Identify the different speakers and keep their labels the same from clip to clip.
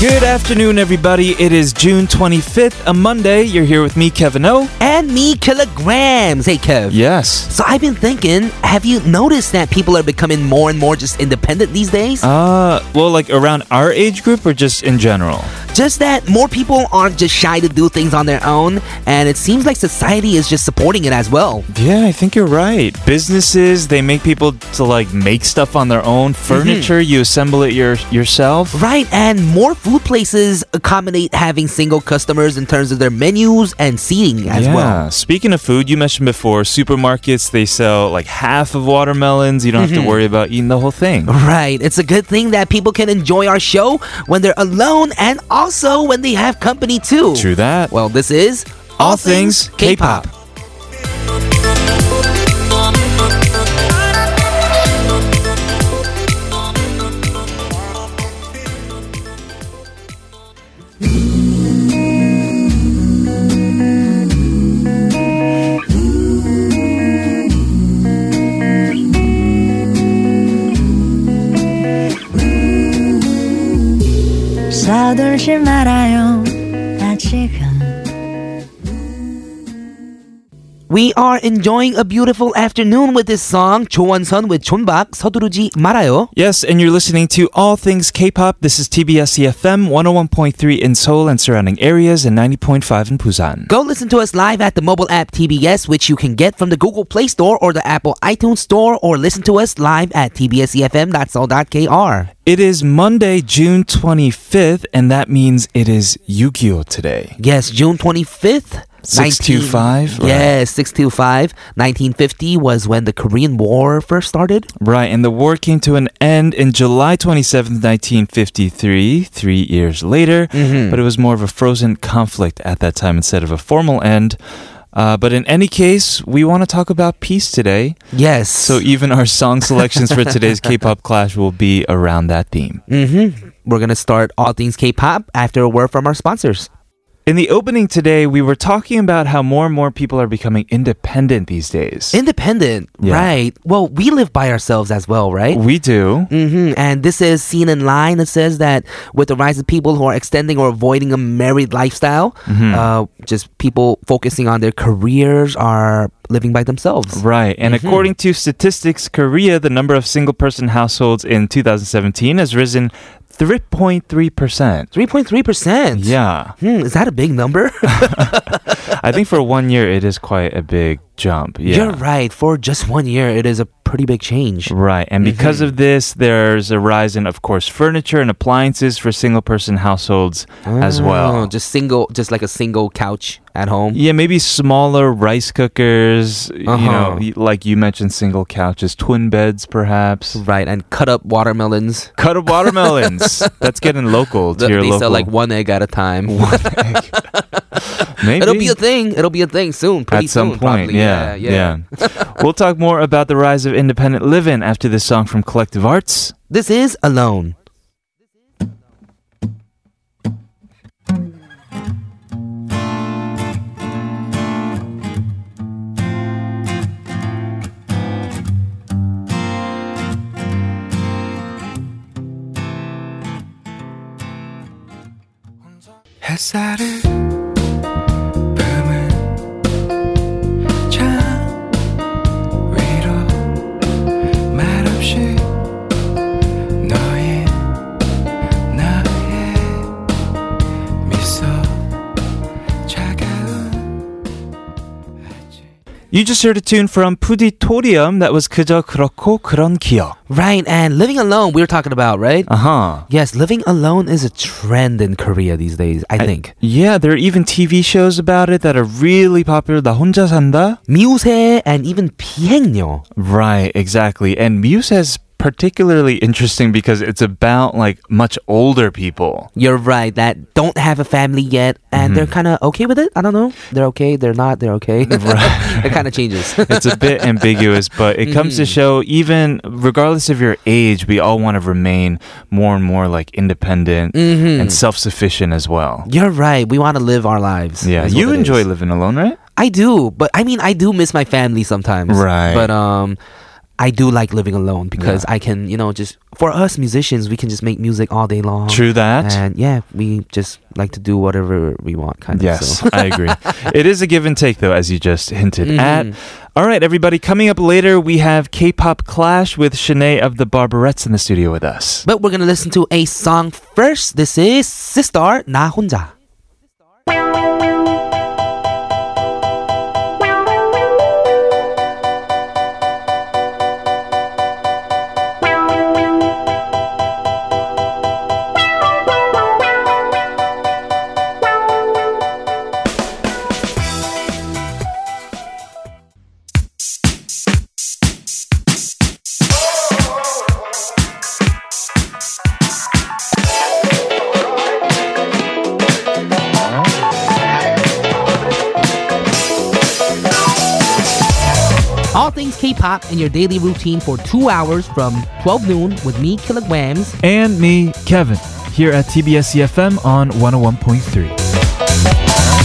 Speaker 1: Good afternoon, everybody. It is June 25th, a Monday. You're here with me, Kevin O.
Speaker 2: and me kilograms. Hey, Kev.
Speaker 1: Yes.
Speaker 2: So I've been thinking, have you noticed that people are becoming more and more just independent these days?
Speaker 1: Uh, well, like around our age group or just in general?
Speaker 2: just that more people aren't just shy to do things on their own, and it seems like society is just supporting it as well.
Speaker 1: Yeah, I think you're right. Businesses, they make people to like make stuff on their own. Furniture, you assemble it your, yourself.
Speaker 2: Right, and more food places accommodate having single customers in terms of their menus and seating as
Speaker 1: yeah.
Speaker 2: well.
Speaker 1: Speaking of food, you mentioned before, supermarkets, they sell like half of watermelons. You don't have to worry about eating the whole thing.
Speaker 2: Right, it's a good thing that people can enjoy our show when they're alone and also when they have company too.
Speaker 1: True that.
Speaker 2: Well, this is
Speaker 1: All Things K-Pop.
Speaker 3: 서둘지 말아요. 나 지금
Speaker 2: We are enjoying a beautiful afternoon with this song, 조원선 with 존박, 서두르지 말아요.
Speaker 1: Yes, and you're listening to All Things K-Pop. This is TBS EFM 101.3 in Seoul and surrounding areas and 90.5 in Busan.
Speaker 2: Go listen to us live at the mobile app TBS, which you can get from the Google Play Store or the Apple iTunes Store, or listen to us live at tbsefm.soul.kr.
Speaker 1: It is Monday, June 25th, and that means it is Yu-Gi-Oh today.
Speaker 2: Yes, June 25th.
Speaker 1: 625,
Speaker 2: 19 Yes, 625. 1950 was when the Korean War first started.
Speaker 1: Right, and the war came to an end in July 27th, 1953, three years later, but it was more of a frozen conflict at that time instead of a formal end. Uh, but in any case, we want to talk about peace today.
Speaker 2: Yes.
Speaker 1: So even our song selections for today's K-pop clash will be around that theme.
Speaker 2: we're going to start all things K pop after a word from our sponsors.
Speaker 1: In the opening today, we were talking about how more and more people are becoming independent these days.
Speaker 2: Independent,
Speaker 1: Yeah.
Speaker 2: right? Well, we live by ourselves as well, right?
Speaker 1: we do.
Speaker 2: hmm And this is seen in line. It says that with the rise of people who are extending or avoiding a married lifestyle,
Speaker 1: Mm-hmm.
Speaker 2: uh, just people focusing on their careers are living by themselves.
Speaker 1: Right. And
Speaker 2: Mm-hmm.
Speaker 1: according to statistics, Korea, the number of single person households in 2017 has risen 3.3%.
Speaker 2: 3.3%.
Speaker 1: Yeah.
Speaker 2: Hmm, is that a big number?
Speaker 1: I think for one year, it is quite a big jump. Yeah.
Speaker 2: You're right. For just one year, it is a pretty big change.
Speaker 1: Right. And because
Speaker 2: Mm-hmm.
Speaker 1: of this, there's a rise in, of course, furniture and appliances for single person households as
Speaker 2: Oh,
Speaker 1: well.
Speaker 2: just single, just like a single couch at home.
Speaker 1: Yeah, maybe smaller rice cookers, you know, y-
Speaker 2: Uh-huh.
Speaker 1: like you mentioned, single couches, twin beds, perhaps.
Speaker 2: Right, and cut up watermelons.
Speaker 1: Cut up watermelons. That's getting local to
Speaker 2: Th-
Speaker 1: your
Speaker 2: they
Speaker 1: local.
Speaker 2: sell like one egg at a time.
Speaker 1: Maybe.
Speaker 2: It'll be a thing. It'll be a thing soon. Pretty
Speaker 1: at some
Speaker 2: soon,
Speaker 1: point,
Speaker 2: probably.
Speaker 1: yeah, yeah. we'll talk more about the rise of independent living after this song from Collective Arts.
Speaker 2: This is alone.
Speaker 4: 햇살은 뿜은 창 위로 말없이 너의 나의 미소 차가운 아침
Speaker 1: You just heard a tune from Puditorium that was 그저 그렇고 그런 기억.
Speaker 2: Right, and living alone, we were talking about, right?
Speaker 1: Uh huh.
Speaker 2: yes, living alone is a trend in Korea these days, I think.
Speaker 1: Yeah, there are even TV shows about it that are really popular. 나 혼자 산다?
Speaker 2: Miuse and even Piengyo.
Speaker 1: Right, exactly. And Muse is particularly interesting because it's about like much older people.
Speaker 2: You're right, that don't have a family yet,
Speaker 1: Mm-hmm.
Speaker 2: and they're kind of okay with it. I don't know. They're okay, they're not, they're okay.
Speaker 1: Right.
Speaker 2: it kind of changes.
Speaker 1: it's a bit ambiguous, but it comes
Speaker 2: Mm-hmm.
Speaker 1: to show even regardless of your age, we all want to remain more and more like independent
Speaker 2: Mm-hmm.
Speaker 1: and self sufficient as well.
Speaker 2: You're right. We want to live our lives.
Speaker 1: Yeah,
Speaker 2: is
Speaker 1: you
Speaker 2: what it
Speaker 1: enjoy
Speaker 2: is.
Speaker 1: living alone, right?
Speaker 2: I do, but I mean, I do miss my family sometimes.
Speaker 1: Right.
Speaker 2: But um, I do like living alone because I can, you know, just for us musicians, we can just make music all day long.
Speaker 1: True that.
Speaker 2: And yeah, we just like to do whatever we want, kind of.
Speaker 1: Yes,
Speaker 2: So.
Speaker 1: I agree. It is a give and take, though, as you just hinted
Speaker 2: Mhm.
Speaker 1: at. All right, everybody, coming up later, we have K pop clash with Shanae of the Barbarettes in the studio with us.
Speaker 2: But we're gonna listen to a song first. This is Sistar Na Honja. All things K-pop in your daily routine for two hours from 12 noon with me, Kilograms.
Speaker 1: And me, Kevin, here at TBS EFM E on 101.3.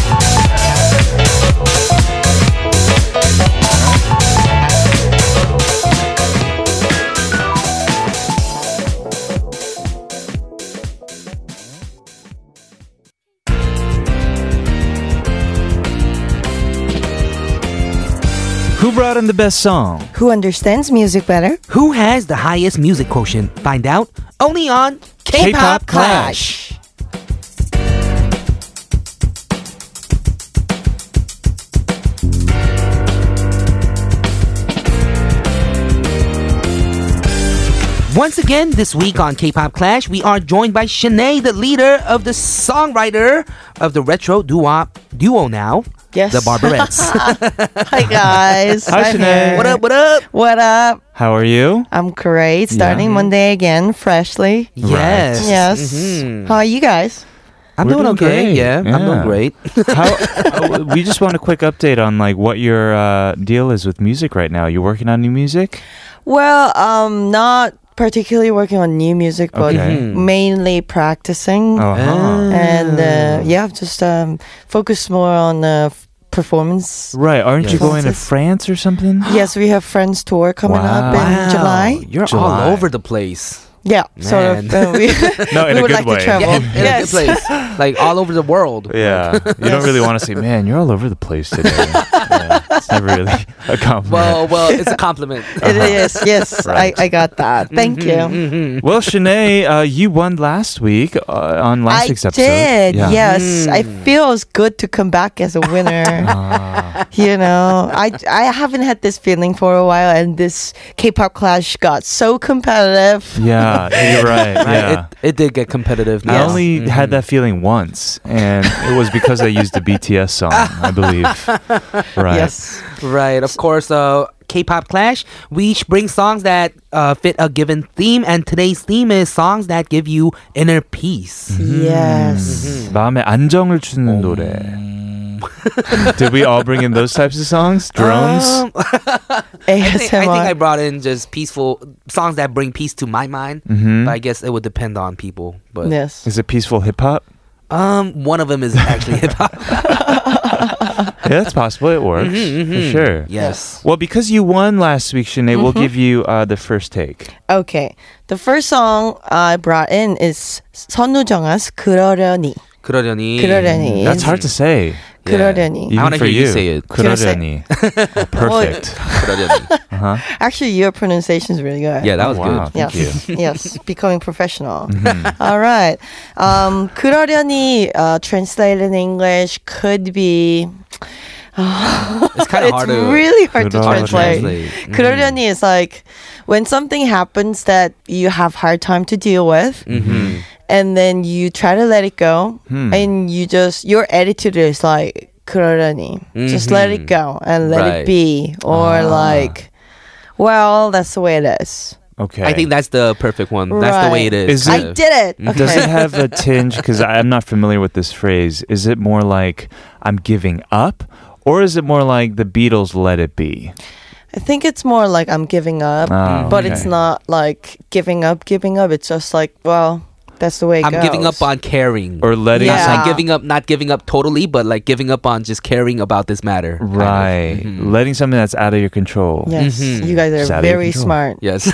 Speaker 1: Who brought in the best song?
Speaker 5: Who understands music better?
Speaker 2: Who has the highest music quotient? Find out only on
Speaker 1: K-pop
Speaker 2: K-pop, Clash. Once again, this week on K-pop Clash, we are joined by Shanae, the leader of the songwriter of the retro duo duo now,
Speaker 5: Yes.
Speaker 2: the Barbarettes.
Speaker 5: Hi guys.
Speaker 1: Hi,
Speaker 5: I'm
Speaker 1: Sinead.
Speaker 5: here.
Speaker 2: what up? What up?
Speaker 5: What up?
Speaker 1: How are you?
Speaker 5: I'm great. Starting
Speaker 1: Mm-hmm.
Speaker 5: Monday again, freshly.
Speaker 2: Yes.
Speaker 5: Yes.
Speaker 1: Mm-hmm.
Speaker 2: Mhm.
Speaker 5: How are you guys?
Speaker 2: I'm
Speaker 1: We're doing
Speaker 2: doing,
Speaker 1: great.
Speaker 2: okay. Yeah, I'm doing
Speaker 1: Yeah.
Speaker 2: great.
Speaker 1: How, uh, we just want a quick update on like what your uh, deal is with music right now. You working on new music?
Speaker 5: Well, um, not particularly working on new music, but
Speaker 1: Okay.
Speaker 2: Mhm.
Speaker 5: Mm-hmm. mainly practicing.
Speaker 1: Uh-huh.
Speaker 5: And uh, yeah, just um, focus more on uh, f- performance.
Speaker 1: Right? Aren't you
Speaker 5: Yes.
Speaker 1: going to France or something?
Speaker 5: Yes, we have Friends Tour coming up in
Speaker 1: Wow.
Speaker 5: July.
Speaker 2: You're
Speaker 1: July.
Speaker 2: all over the place.
Speaker 5: Yeah, sort of.
Speaker 2: Man.
Speaker 5: uh, we
Speaker 1: No, in a
Speaker 5: we would
Speaker 1: good
Speaker 5: like
Speaker 1: way.
Speaker 5: to travel.
Speaker 2: in a good
Speaker 5: yes.
Speaker 2: place. Like all over the world.
Speaker 1: Yeah, you don't really want to say, man. You're all over the place today. yeah, it's never really a compliment.
Speaker 2: Well, well, it's a compliment.
Speaker 5: It is, yes.
Speaker 1: Right.
Speaker 5: I, I got that. Thank you.
Speaker 1: well, Shanae, uh, you won last week uh, on last
Speaker 5: I
Speaker 1: week's episode.
Speaker 5: did,
Speaker 1: Yeah.
Speaker 2: Hmm.
Speaker 5: yes. I feels good to come back as a winner.
Speaker 1: Ah.
Speaker 5: you know, I, I haven't had this feeling for a while, and this K-pop clash got so competitive.
Speaker 1: Mm, Yeah, you're right.
Speaker 2: Right?
Speaker 1: Yeah.
Speaker 2: It, it did get competitive.
Speaker 1: I
Speaker 2: yes. Mm-hmm.
Speaker 1: only had that feeling once, and it was because I used a BTS song, I believe. Right.
Speaker 5: Yes,
Speaker 2: Right, of course. Uh, K-pop Clash. We each bring songs that uh, fit a given theme, and today's theme is songs that give you inner peace.
Speaker 1: Hmm.
Speaker 2: Mm-hmm. Hmm.
Speaker 5: yes.
Speaker 1: 마음에 안정을 주는 노래. Did we all bring in those types of songs? Drones?
Speaker 2: Um, I, think, I think I
Speaker 5: ASMR.
Speaker 2: brought in just peaceful songs that bring peace to my mind.
Speaker 1: Mhm.
Speaker 2: But I guess it would depend on people. But
Speaker 5: Yes.
Speaker 1: Is it peaceful hip hop?
Speaker 2: um, one of them is actually hip hop.
Speaker 1: Yeah, that's possible. It works. For
Speaker 2: Mm-hmm,
Speaker 1: sure.
Speaker 2: Yes.
Speaker 1: Well, because you won last week, Sinead,
Speaker 2: Mm-hmm.
Speaker 1: we'll give you uh, the first take.
Speaker 5: Okay. The first song I brought in is 선우정아's 그러려니.
Speaker 2: 그러려니.
Speaker 5: 그러려니.
Speaker 1: That's hard to say.
Speaker 2: Yeah.
Speaker 5: 그러려니.
Speaker 1: Even
Speaker 2: Mm-hmm. I wanna
Speaker 1: for
Speaker 2: hear you
Speaker 1: you
Speaker 2: say it.
Speaker 1: 그러려니. Oh, Perfect. Uh-huh.
Speaker 2: 그러려니.
Speaker 5: Actually, your pronunciation is really good.
Speaker 2: Yeah, that was
Speaker 1: wow,
Speaker 2: good.
Speaker 1: Thank Mm-hmm.
Speaker 5: yes, yes, becoming professional. All right. Um, 그러려니 uh, translated in English could be.
Speaker 2: It's kind of
Speaker 5: it's
Speaker 2: hard to
Speaker 5: really hard to
Speaker 1: Hard to Mm.
Speaker 5: translate.
Speaker 2: translate. Mm-hmm.
Speaker 5: 그러려니 is like when something happens that you have hard time to deal with,
Speaker 2: Mm-hmm.
Speaker 5: and then you try to let it go,
Speaker 1: Hmm.
Speaker 5: and you just your attitude is like 그러려니, just let
Speaker 1: Mm-hmm.
Speaker 5: it go and let
Speaker 2: Right.
Speaker 5: it be, or
Speaker 1: Ah.
Speaker 5: like, well, that's the way it is.
Speaker 1: you. Okay.
Speaker 2: I think that's the perfect one. That's the way it
Speaker 1: Is
Speaker 2: is. kind
Speaker 1: it-
Speaker 5: I
Speaker 2: of.
Speaker 5: did it.
Speaker 1: Does
Speaker 5: Okay.
Speaker 1: it have a tinge? Because I'm not familiar with this phrase. Is it more like I'm giving up? Or is it more like the Beatles let it be?
Speaker 5: I think it's more like I'm giving up,
Speaker 1: Oh,
Speaker 5: but
Speaker 1: okay.
Speaker 5: it's not like giving up, giving up. It's just like, well, That's the way it
Speaker 2: I'm giving
Speaker 5: goes.
Speaker 2: up on caring.
Speaker 1: or letting some-
Speaker 2: Not- not
Speaker 5: Yeah.
Speaker 2: giving up, not giving up totally, but like giving up on just caring about this matter. kind of.
Speaker 1: right, Mm-hmm.
Speaker 2: Mhm.
Speaker 1: letting something that's out of your control.
Speaker 5: Yes,
Speaker 2: Mhm.
Speaker 5: you guys are
Speaker 1: It's out of your
Speaker 5: very
Speaker 1: control.
Speaker 5: smart.
Speaker 2: Yes.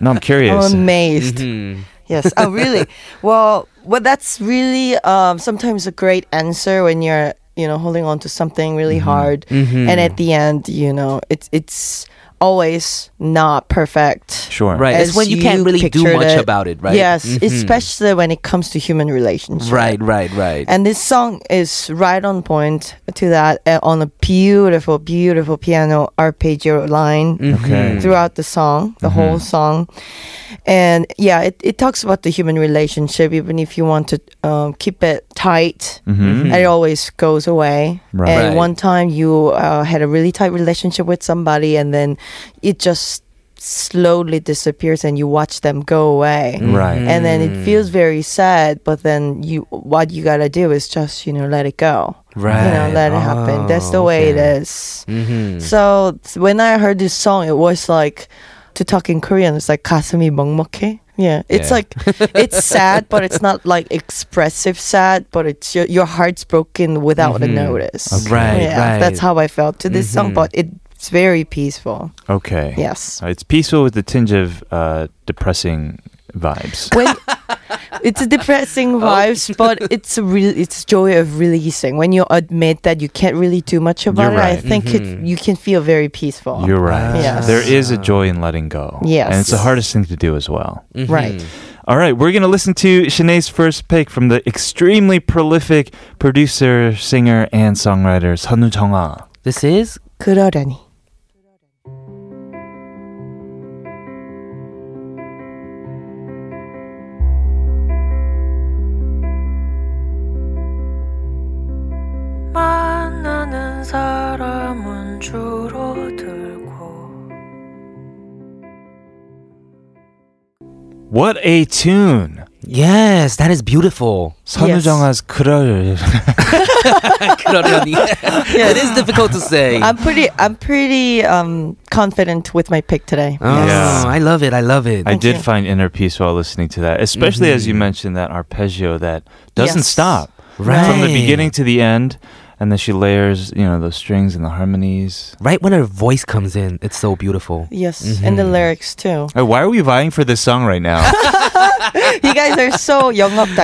Speaker 1: No, I'm curious.
Speaker 5: I'm amazed.
Speaker 2: Mhm.
Speaker 5: Yes. Oh, really? well, well, that's really um, sometimes a great answer when you're, you know, holding on to something really
Speaker 1: Mm-hmm.
Speaker 5: hard,
Speaker 2: Mhm.
Speaker 5: and at the end, you know, it's it's always not perfect.
Speaker 1: sure.
Speaker 2: Right. It's
Speaker 5: as
Speaker 2: when you can't really do
Speaker 5: pictured
Speaker 2: much about it, right?
Speaker 5: Yes,
Speaker 2: Mhm.
Speaker 5: especially when it comes to human relationships.
Speaker 2: Right. Right. Right.
Speaker 5: And this song is right on point to that uh, on a beautiful, beautiful piano arpeggio line
Speaker 1: Okay. Mm-hmm.
Speaker 5: throughout the song, the whole song. And yeah, it, it talks about the human relationship, even if you want to um, keep it tight.
Speaker 1: hmm
Speaker 5: It always goes away.
Speaker 1: Right.
Speaker 5: And
Speaker 2: Right.
Speaker 5: one time you uh, had a really tight relationship with somebody, and then it just slowly disappears, and you watch them go away
Speaker 1: Right.
Speaker 5: and then it
Speaker 2: Mm.
Speaker 5: feels very sad but then you what you gotta do is just you know let it go
Speaker 2: Right. Oh, Mm-hmm. Mm.
Speaker 5: you know let it happen that's the way it is so s- when i heard this song it was like to talk in korean it's like 가슴이 먹먹해 yeah it's
Speaker 2: Yeah.
Speaker 5: like it's sad but it's not like expressive sad but it's your, your heart's broken without a notice
Speaker 2: Okay. Mm-hmm. Right,
Speaker 5: yeah,
Speaker 2: right.
Speaker 5: that's how i felt to this song
Speaker 2: Mhm.
Speaker 5: but it's very peaceful
Speaker 1: Okay.
Speaker 5: yes
Speaker 1: So it's peaceful with the tinge of uh, depressing vibes.
Speaker 5: when it's a depressing vibes, but it's a real it's joy of releasing. When you admit that you can't really do much about
Speaker 1: You're
Speaker 5: it, I
Speaker 1: right.
Speaker 5: think
Speaker 2: Mhm.
Speaker 5: it, you can feel very peaceful.
Speaker 1: You're right.
Speaker 5: Yes.
Speaker 1: There is a joy in letting go.
Speaker 5: Yes.
Speaker 1: And it's the hardest thing to do as well.
Speaker 5: right.
Speaker 1: All right, we're going to listen to Shanae's first pick from the extremely prolific producer, singer, and songwriter Sanu Chonga.
Speaker 2: Mm-hmm. This is
Speaker 5: 그러려니.
Speaker 6: 만나는 사람은 줄어들고
Speaker 1: What a tune!
Speaker 2: yes, that is beautiful.
Speaker 1: Sanu
Speaker 5: Yes.
Speaker 1: Chonga's 그럴.
Speaker 2: 그러려니. it is difficult to say.
Speaker 5: I'm pretty I'm pretty um confident with my pick today.
Speaker 2: oh,
Speaker 1: Yes.
Speaker 2: I love it. I love it.
Speaker 1: I did
Speaker 5: you. Mm-hmm.
Speaker 1: find inner peace while listening to that, especially as you mentioned that arpeggio that doesn't
Speaker 5: Yes.
Speaker 1: stop
Speaker 2: right.
Speaker 1: from the beginning to the end. And then she layers, you know, those strings and the harmonies.
Speaker 2: Right when her voice comes in, it's so beautiful.
Speaker 5: Yes, and the lyrics too.
Speaker 1: Hey, Oh, why are we vying for this song right now?
Speaker 5: You guys are so young up, You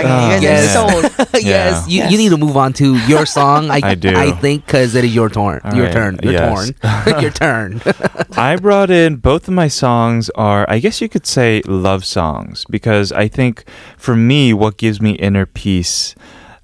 Speaker 2: Uh,
Speaker 5: guys
Speaker 2: yes.
Speaker 5: are
Speaker 1: Yeah.
Speaker 5: so
Speaker 2: yes, you, you need to move on to your song. I,
Speaker 1: I do.
Speaker 2: I think because it is your turn.
Speaker 1: All right,
Speaker 2: your turn. Your
Speaker 1: yes.
Speaker 2: turn. your turn.
Speaker 1: I brought in both of my songs are, I guess you could say, love songs, because I think for me, what gives me inner peace,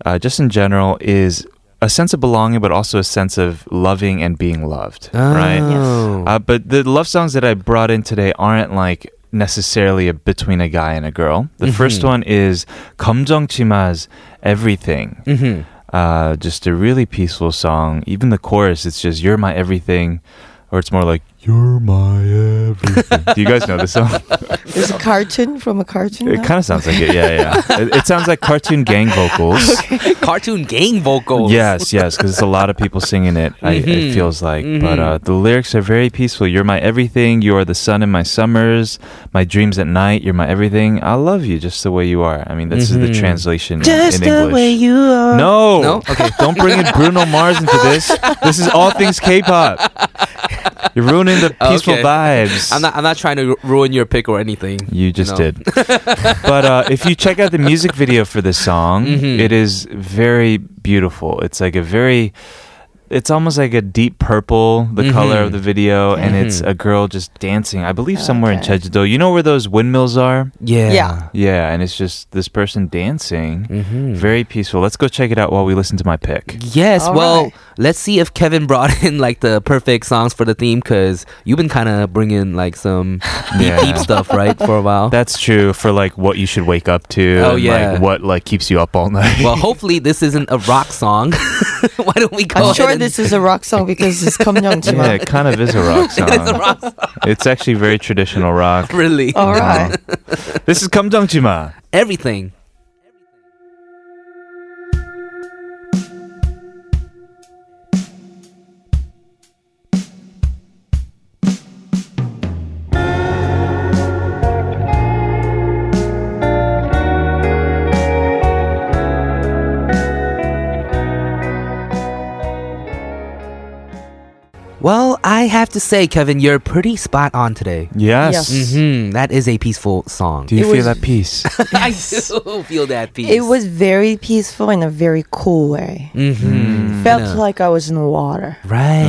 Speaker 1: uh, just in general, is a sense of belonging, but also a sense of loving and being loved, right?
Speaker 2: Oh.
Speaker 1: Uh, but the love songs that I brought in today aren't like necessarily a, between a guy and a girl. The first one is 검정 치마's Everything.
Speaker 2: Mhm.
Speaker 1: Uh, just a really peaceful song. Even the chorus, it's just "You're my everything," or it's more like "You're my everything." Do you guys know this song?
Speaker 5: There's a cartoon from a cartoon.
Speaker 1: It
Speaker 5: no?
Speaker 1: kind of sounds like it. Yeah, yeah. It, it sounds like cartoon gang vocals.
Speaker 2: Cartoon gang vocals.
Speaker 1: Yes, yes, because it's a lot of people singing it. I, It
Speaker 2: Mhm.
Speaker 1: feels like, but
Speaker 2: Mhm.
Speaker 1: uh, the lyrics are very peaceful. You're my everything. You are the sun in my summers, my dreams at night. You're my everything. I love you just the way you are. I mean, this is the
Speaker 2: Mhm.
Speaker 1: translation in-
Speaker 5: Just
Speaker 1: in English.
Speaker 5: the way you are.
Speaker 1: No.
Speaker 2: No?
Speaker 1: Okay. Don't bring in Bruno Mars into this. This is all things K-pop. You're ruining the peaceful
Speaker 2: Okay.
Speaker 1: vibes.
Speaker 2: I'm not. I'm not trying to ru- ruin your pick or anything.
Speaker 1: You just
Speaker 2: No.
Speaker 1: did. but uh, if you check out the music video for this song,
Speaker 2: Mhm.
Speaker 1: it is very beautiful. It's like a very. It's almost like a deep purple, the color
Speaker 2: Mhm.
Speaker 1: of the video, and it's
Speaker 2: Mhm.
Speaker 1: a girl just dancing. I believe somewhere in
Speaker 5: Okay.
Speaker 1: Jeju-do. You know where those windmills are?
Speaker 2: Yeah.
Speaker 5: Yeah.
Speaker 1: Yeah, and it's just this person dancing.
Speaker 2: Mhm.
Speaker 1: Very peaceful. Let's go check it out while we listen to my pick.
Speaker 2: Yes.
Speaker 5: All
Speaker 2: well,
Speaker 5: right.
Speaker 2: let's see if Kevin brought in like the perfect songs for the theme because you've been kind of bringing like some deep,
Speaker 1: Yeah.
Speaker 2: deep stuff, right, for a while.
Speaker 1: That's true for like what you should wake up to.
Speaker 2: Oh,
Speaker 1: and,
Speaker 2: yeah.
Speaker 1: Like what like keeps you up all night.
Speaker 2: well, hopefully this isn't a rock song. Why don't we go?
Speaker 5: I'm
Speaker 2: ahead
Speaker 5: sure
Speaker 2: and-
Speaker 5: this is a rock song because it's Kamyeong
Speaker 1: yeah,
Speaker 5: Jima.
Speaker 1: it kind of is a rock song.
Speaker 2: It's a rock song.
Speaker 1: It's actually very traditional rock.
Speaker 2: Really.
Speaker 5: All right.
Speaker 1: this is Kamjongchima.
Speaker 2: Everything.
Speaker 6: 내
Speaker 2: Well, I have to say, Kevin, you're pretty spot on today.
Speaker 1: Yes.
Speaker 5: Yes.
Speaker 2: Mhm, That is a peaceful song.
Speaker 1: Do you
Speaker 5: It
Speaker 1: feel
Speaker 5: was-
Speaker 1: that peace?
Speaker 2: I do feel that peace.
Speaker 5: It was very peaceful in a very cool way.
Speaker 2: Mhm. Yeah.
Speaker 5: Felt like I was in the water.
Speaker 2: right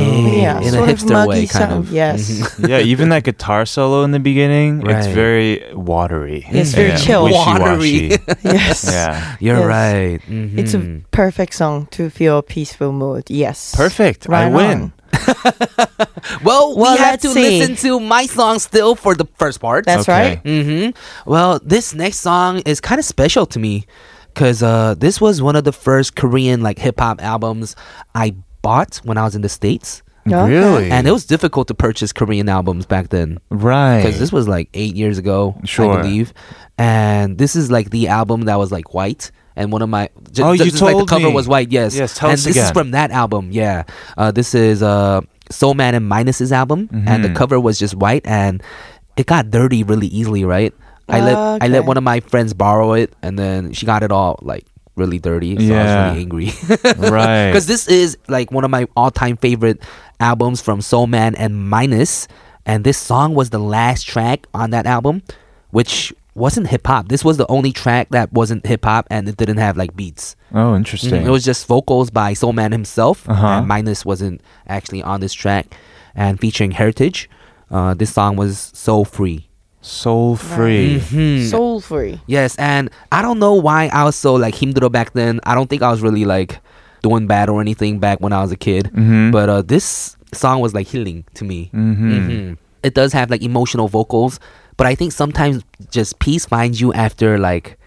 Speaker 2: in a
Speaker 5: Yeah, Mm-hmm. sort of Mm-hmm.
Speaker 2: hipster
Speaker 5: muggy
Speaker 2: way, kind
Speaker 5: sound.
Speaker 2: of.
Speaker 5: Yes.
Speaker 2: Mhm.
Speaker 1: yeah, even that guitar solo in the beginning, it's
Speaker 2: Right.
Speaker 1: very watery.
Speaker 5: It's very
Speaker 1: and
Speaker 5: chill.
Speaker 1: wishy-washy.
Speaker 5: yes.
Speaker 1: yeah.
Speaker 2: You're
Speaker 5: Yes.
Speaker 2: right.
Speaker 5: It's a
Speaker 2: Mhm.
Speaker 5: perfect song to feel peaceful mood. Yes.
Speaker 1: Perfect. I
Speaker 5: Right
Speaker 1: win.
Speaker 5: on.
Speaker 2: well. We
Speaker 5: Well,
Speaker 2: have
Speaker 5: let's
Speaker 2: to
Speaker 5: see.
Speaker 2: listen to my song still for the first part.
Speaker 5: That's
Speaker 1: Okay.
Speaker 5: right.
Speaker 2: hmm Well, this next song is kind of special to me because uh, this was one of the first Korean like hip hop albums I bought when I was in the states,
Speaker 5: Okay.
Speaker 1: Really?
Speaker 2: and it was difficult to purchase Korean albums back then
Speaker 1: right.
Speaker 2: because this was like eight years ago,
Speaker 1: Sure.
Speaker 2: I believe. And this is like the album that was like white. And one of my ju-
Speaker 1: Oh, you
Speaker 2: ju- just like
Speaker 1: told
Speaker 2: the
Speaker 1: me.
Speaker 2: cover was white, yes.
Speaker 1: Yes, tell
Speaker 2: and
Speaker 1: us
Speaker 2: this is
Speaker 1: again.
Speaker 2: from that album, yeah. Uh, this is uh, Soul Man and Minus's album, and the
Speaker 1: Mhm.
Speaker 2: cover was just white, and it got dirty really easily, right? I let
Speaker 1: Ah,
Speaker 2: I let
Speaker 5: Okay.
Speaker 2: one of my friends borrow it, and then she got it all like really dirty,
Speaker 1: Yeah.
Speaker 2: so I was really angry.
Speaker 1: right.
Speaker 2: Because this is like one of my all time favorite albums from Soul Man and Minus. And this song was the last track on that album, which wasn't hip hop. This was the only track that wasn't hip hop and it didn't have like beats.
Speaker 1: oh, interesting.
Speaker 2: Mm-hmm. It was just vocals by Soul Man himself.
Speaker 1: Uh-huh.
Speaker 2: And Minus wasn't actually on this track. And featuring Heritage, uh, this song was so free.
Speaker 1: soul free.
Speaker 2: Mhm.
Speaker 5: Soul free.
Speaker 2: Yes, and I don't know why I was so like 힘들어 back then. I don't think I was really like doing bad or anything back when I was a kid.
Speaker 1: Mhm.
Speaker 2: But uh, this song was like healing to me.
Speaker 1: Mhm.
Speaker 2: Mhm. It does have like emotional vocals, but I think sometimes just peace finds you after like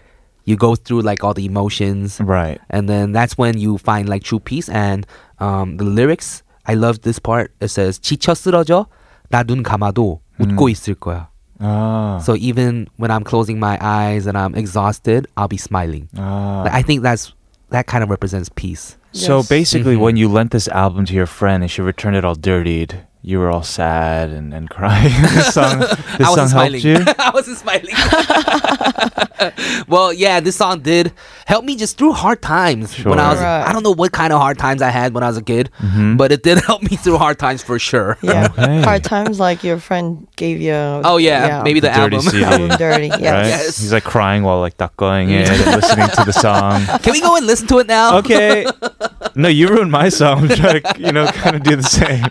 Speaker 2: you go through like all the emotions,
Speaker 1: Right.
Speaker 2: and then that's when you find like true peace. And um, the lyrics, I love this part. It says 지쳐 쓰러져 나눈 감아도 웃고 있을 거야.
Speaker 1: Ah.
Speaker 2: So even when I'm closing my eyes and I'm exhausted, I'll be smiling.
Speaker 1: ah.
Speaker 2: Like, I think that's that kind of represents peace.
Speaker 1: so
Speaker 5: Yes.
Speaker 1: basically,
Speaker 2: Mhm.
Speaker 1: when you lent this album to your friend and she returned it all dirtied, you were all sad and, and crying. this song, this
Speaker 2: I
Speaker 1: song
Speaker 2: wasn't
Speaker 1: helped
Speaker 2: smiling.
Speaker 1: you.
Speaker 2: I wasn't smiling. well, yeah, this song did help me just through hard times when I was.
Speaker 1: Sure.
Speaker 5: Right.
Speaker 2: I don't know what kind of hard times I had when I was a kid,
Speaker 1: Mhm.
Speaker 2: but it did help me through hard times for sure.
Speaker 5: Yeah.
Speaker 1: Okay.
Speaker 5: Hard times like your friend gave you.
Speaker 2: Mm. Oh yeah, maybe the,
Speaker 1: dirty
Speaker 2: album.
Speaker 1: CD.
Speaker 5: album dirty. Yes.
Speaker 1: Right?
Speaker 2: Yes.
Speaker 1: He's like crying while like duck going it and listening to the song.
Speaker 2: Can we go and listen to it now?
Speaker 1: Okay. No, you ruined my song. I'm trying to, you know, kind of do the same.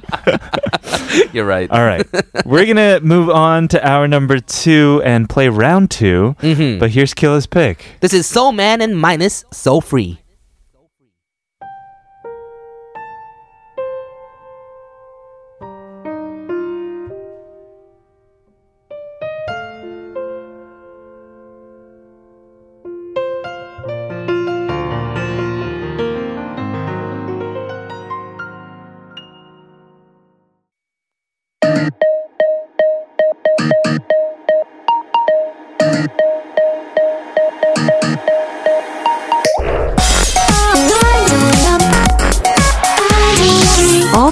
Speaker 2: You're right.
Speaker 1: All right. We're going to move on to our number two and play round 2
Speaker 2: Mhm.
Speaker 1: But here's Killa's pick.
Speaker 2: This is Soul Man and Minus So Free.
Speaker 3: All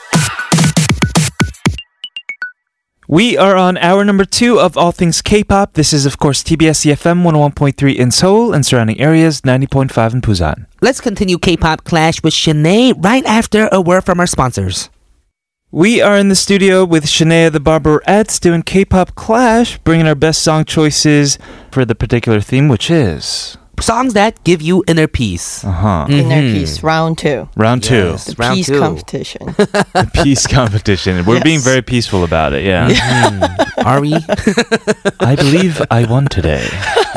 Speaker 1: We are on hour number two of All Things K-Pop. This is, of course, TBS EFM 101.3 in Seoul and surrounding areas, 90.5 in Busan.
Speaker 2: Let's continue K-pop clash with Shanae right after a word from our sponsors.
Speaker 1: We are in the studio with Shania the Barberettes doing K-Pop Clash, bringing our best song choices for the particular theme, which is...
Speaker 2: songs that give you inner peace.
Speaker 1: Uh-huh.
Speaker 5: Inner peace round two.
Speaker 1: Round two.
Speaker 2: Yes.
Speaker 5: The
Speaker 2: mm-hmm. Round
Speaker 5: peace
Speaker 2: two.
Speaker 5: competition.
Speaker 1: The peace competition. We're being
Speaker 5: Yes.
Speaker 1: very peaceful about it, yeah.
Speaker 2: Are we?
Speaker 1: I believe I won today.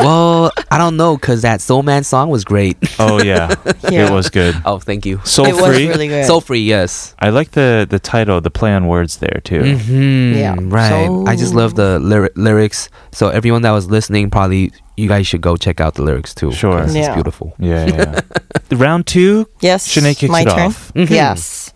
Speaker 2: well, I don't know because that Soul Man song was great.
Speaker 1: Oh yeah,
Speaker 5: Yeah.
Speaker 1: it was good.
Speaker 2: Oh, thank you.
Speaker 1: Soul
Speaker 5: it was
Speaker 1: free.
Speaker 5: really good.
Speaker 2: Soul free, yes.
Speaker 1: I like the the title, the play on words there too.
Speaker 5: Mm.
Speaker 2: Mm-hmm.
Speaker 5: Yeah.
Speaker 2: Right. I just
Speaker 5: Soul.
Speaker 2: love the lyri- lyrics. So everyone that was listening, probably you guys should go check out the lyrics too.
Speaker 1: Sure.
Speaker 2: 'cause It's
Speaker 5: Yeah.
Speaker 2: beautiful.
Speaker 1: Yeah, yeah. yeah. Round two,
Speaker 5: yes.
Speaker 1: Shanae kicks
Speaker 5: my
Speaker 1: it
Speaker 5: turn.
Speaker 1: off.
Speaker 2: Mhm.
Speaker 5: Yes.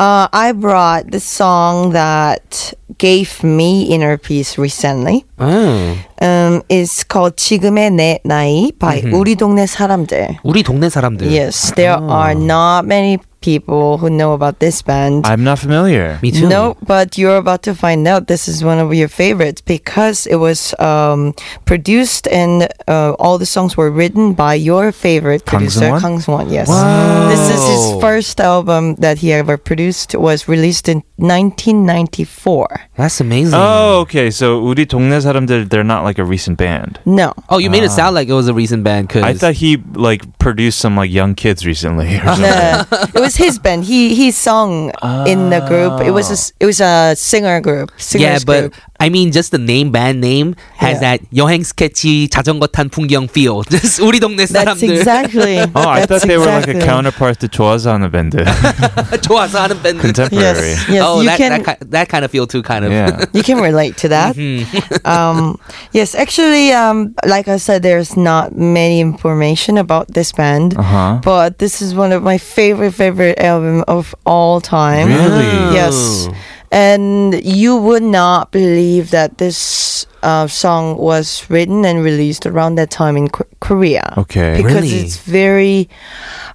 Speaker 5: Uh, I brought the song that gave me inner peace recently.
Speaker 1: Oh.
Speaker 2: 음.
Speaker 5: Um, it's called 지금의 내 나이 by 우리 동네 사람들.
Speaker 2: 우리 동네 사람들.
Speaker 5: Yes, there
Speaker 2: Oh.
Speaker 5: are not many people who know about this band.
Speaker 1: I'm not familiar.
Speaker 2: Me too.
Speaker 5: No, but you're about to find out. This is one of your favorites because it was um, produced and uh, all the songs were written by your favorite
Speaker 1: Kang
Speaker 5: producer,
Speaker 1: Seung-won?
Speaker 5: Kang Seung-won. Yes, this is his first album that he ever produced. Was released in 1994.
Speaker 2: That's amazing.
Speaker 1: Oh, okay. So 우리 동네 사람들 they're not like a recent band.
Speaker 5: No,
Speaker 2: Oh, you made it sound like it was a recent band. Cause
Speaker 1: Ah. I thought he like produced some like young kids recently. Or something.
Speaker 5: no, it was his band. He he sung in the group. It
Speaker 1: Ah.
Speaker 5: was a, s- it was a singer group.
Speaker 2: yeah,
Speaker 5: Singers
Speaker 2: but
Speaker 5: group.
Speaker 2: I mean, just the name, band name has
Speaker 5: Yeah.
Speaker 2: that 여행 스케치 자전거 탄 풍경 feel. Just 우리 동네
Speaker 5: That's
Speaker 2: 사람들
Speaker 5: exactly.
Speaker 1: Oh, I
Speaker 5: that's
Speaker 1: thought they were like a
Speaker 5: exactly.
Speaker 1: counterpart to Choazana band.
Speaker 2: 좋아서 하는 밴드.
Speaker 1: Contemporary.
Speaker 5: Yes, yes.
Speaker 2: oh,
Speaker 5: you
Speaker 2: that,
Speaker 5: can
Speaker 2: that, ki- that kind of feel too, kind of.
Speaker 1: Yeah.
Speaker 5: you can relate to that. um, yes, actually, um, like I said, there's not many information about this band,
Speaker 1: Uh-huh.
Speaker 5: but this is one of my favorite favorite album of all time.
Speaker 1: Really? Oh.
Speaker 5: Yes, and you would not believe that this uh, song was written and released around that time in K- Korea.
Speaker 1: Okay.
Speaker 5: Because
Speaker 2: Really?
Speaker 5: it's very,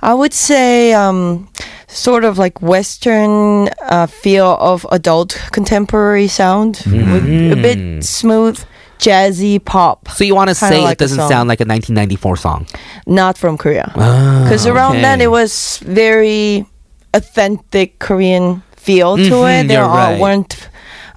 Speaker 5: I would say, um, sort of like Western uh, feel of adult contemporary sound,
Speaker 1: Mm-hmm.
Speaker 5: with a bit smooth, jazzy pop.
Speaker 2: So you want to
Speaker 5: Kinda
Speaker 2: say it
Speaker 5: like a
Speaker 2: doesn't
Speaker 5: song.
Speaker 2: sound like a 1994 song?
Speaker 5: Not from Korea, because around
Speaker 2: Ah, okay.
Speaker 5: then it was very authentic Korean feel to it.
Speaker 2: Mm-hmm, you're
Speaker 5: There are,
Speaker 2: right.
Speaker 5: weren't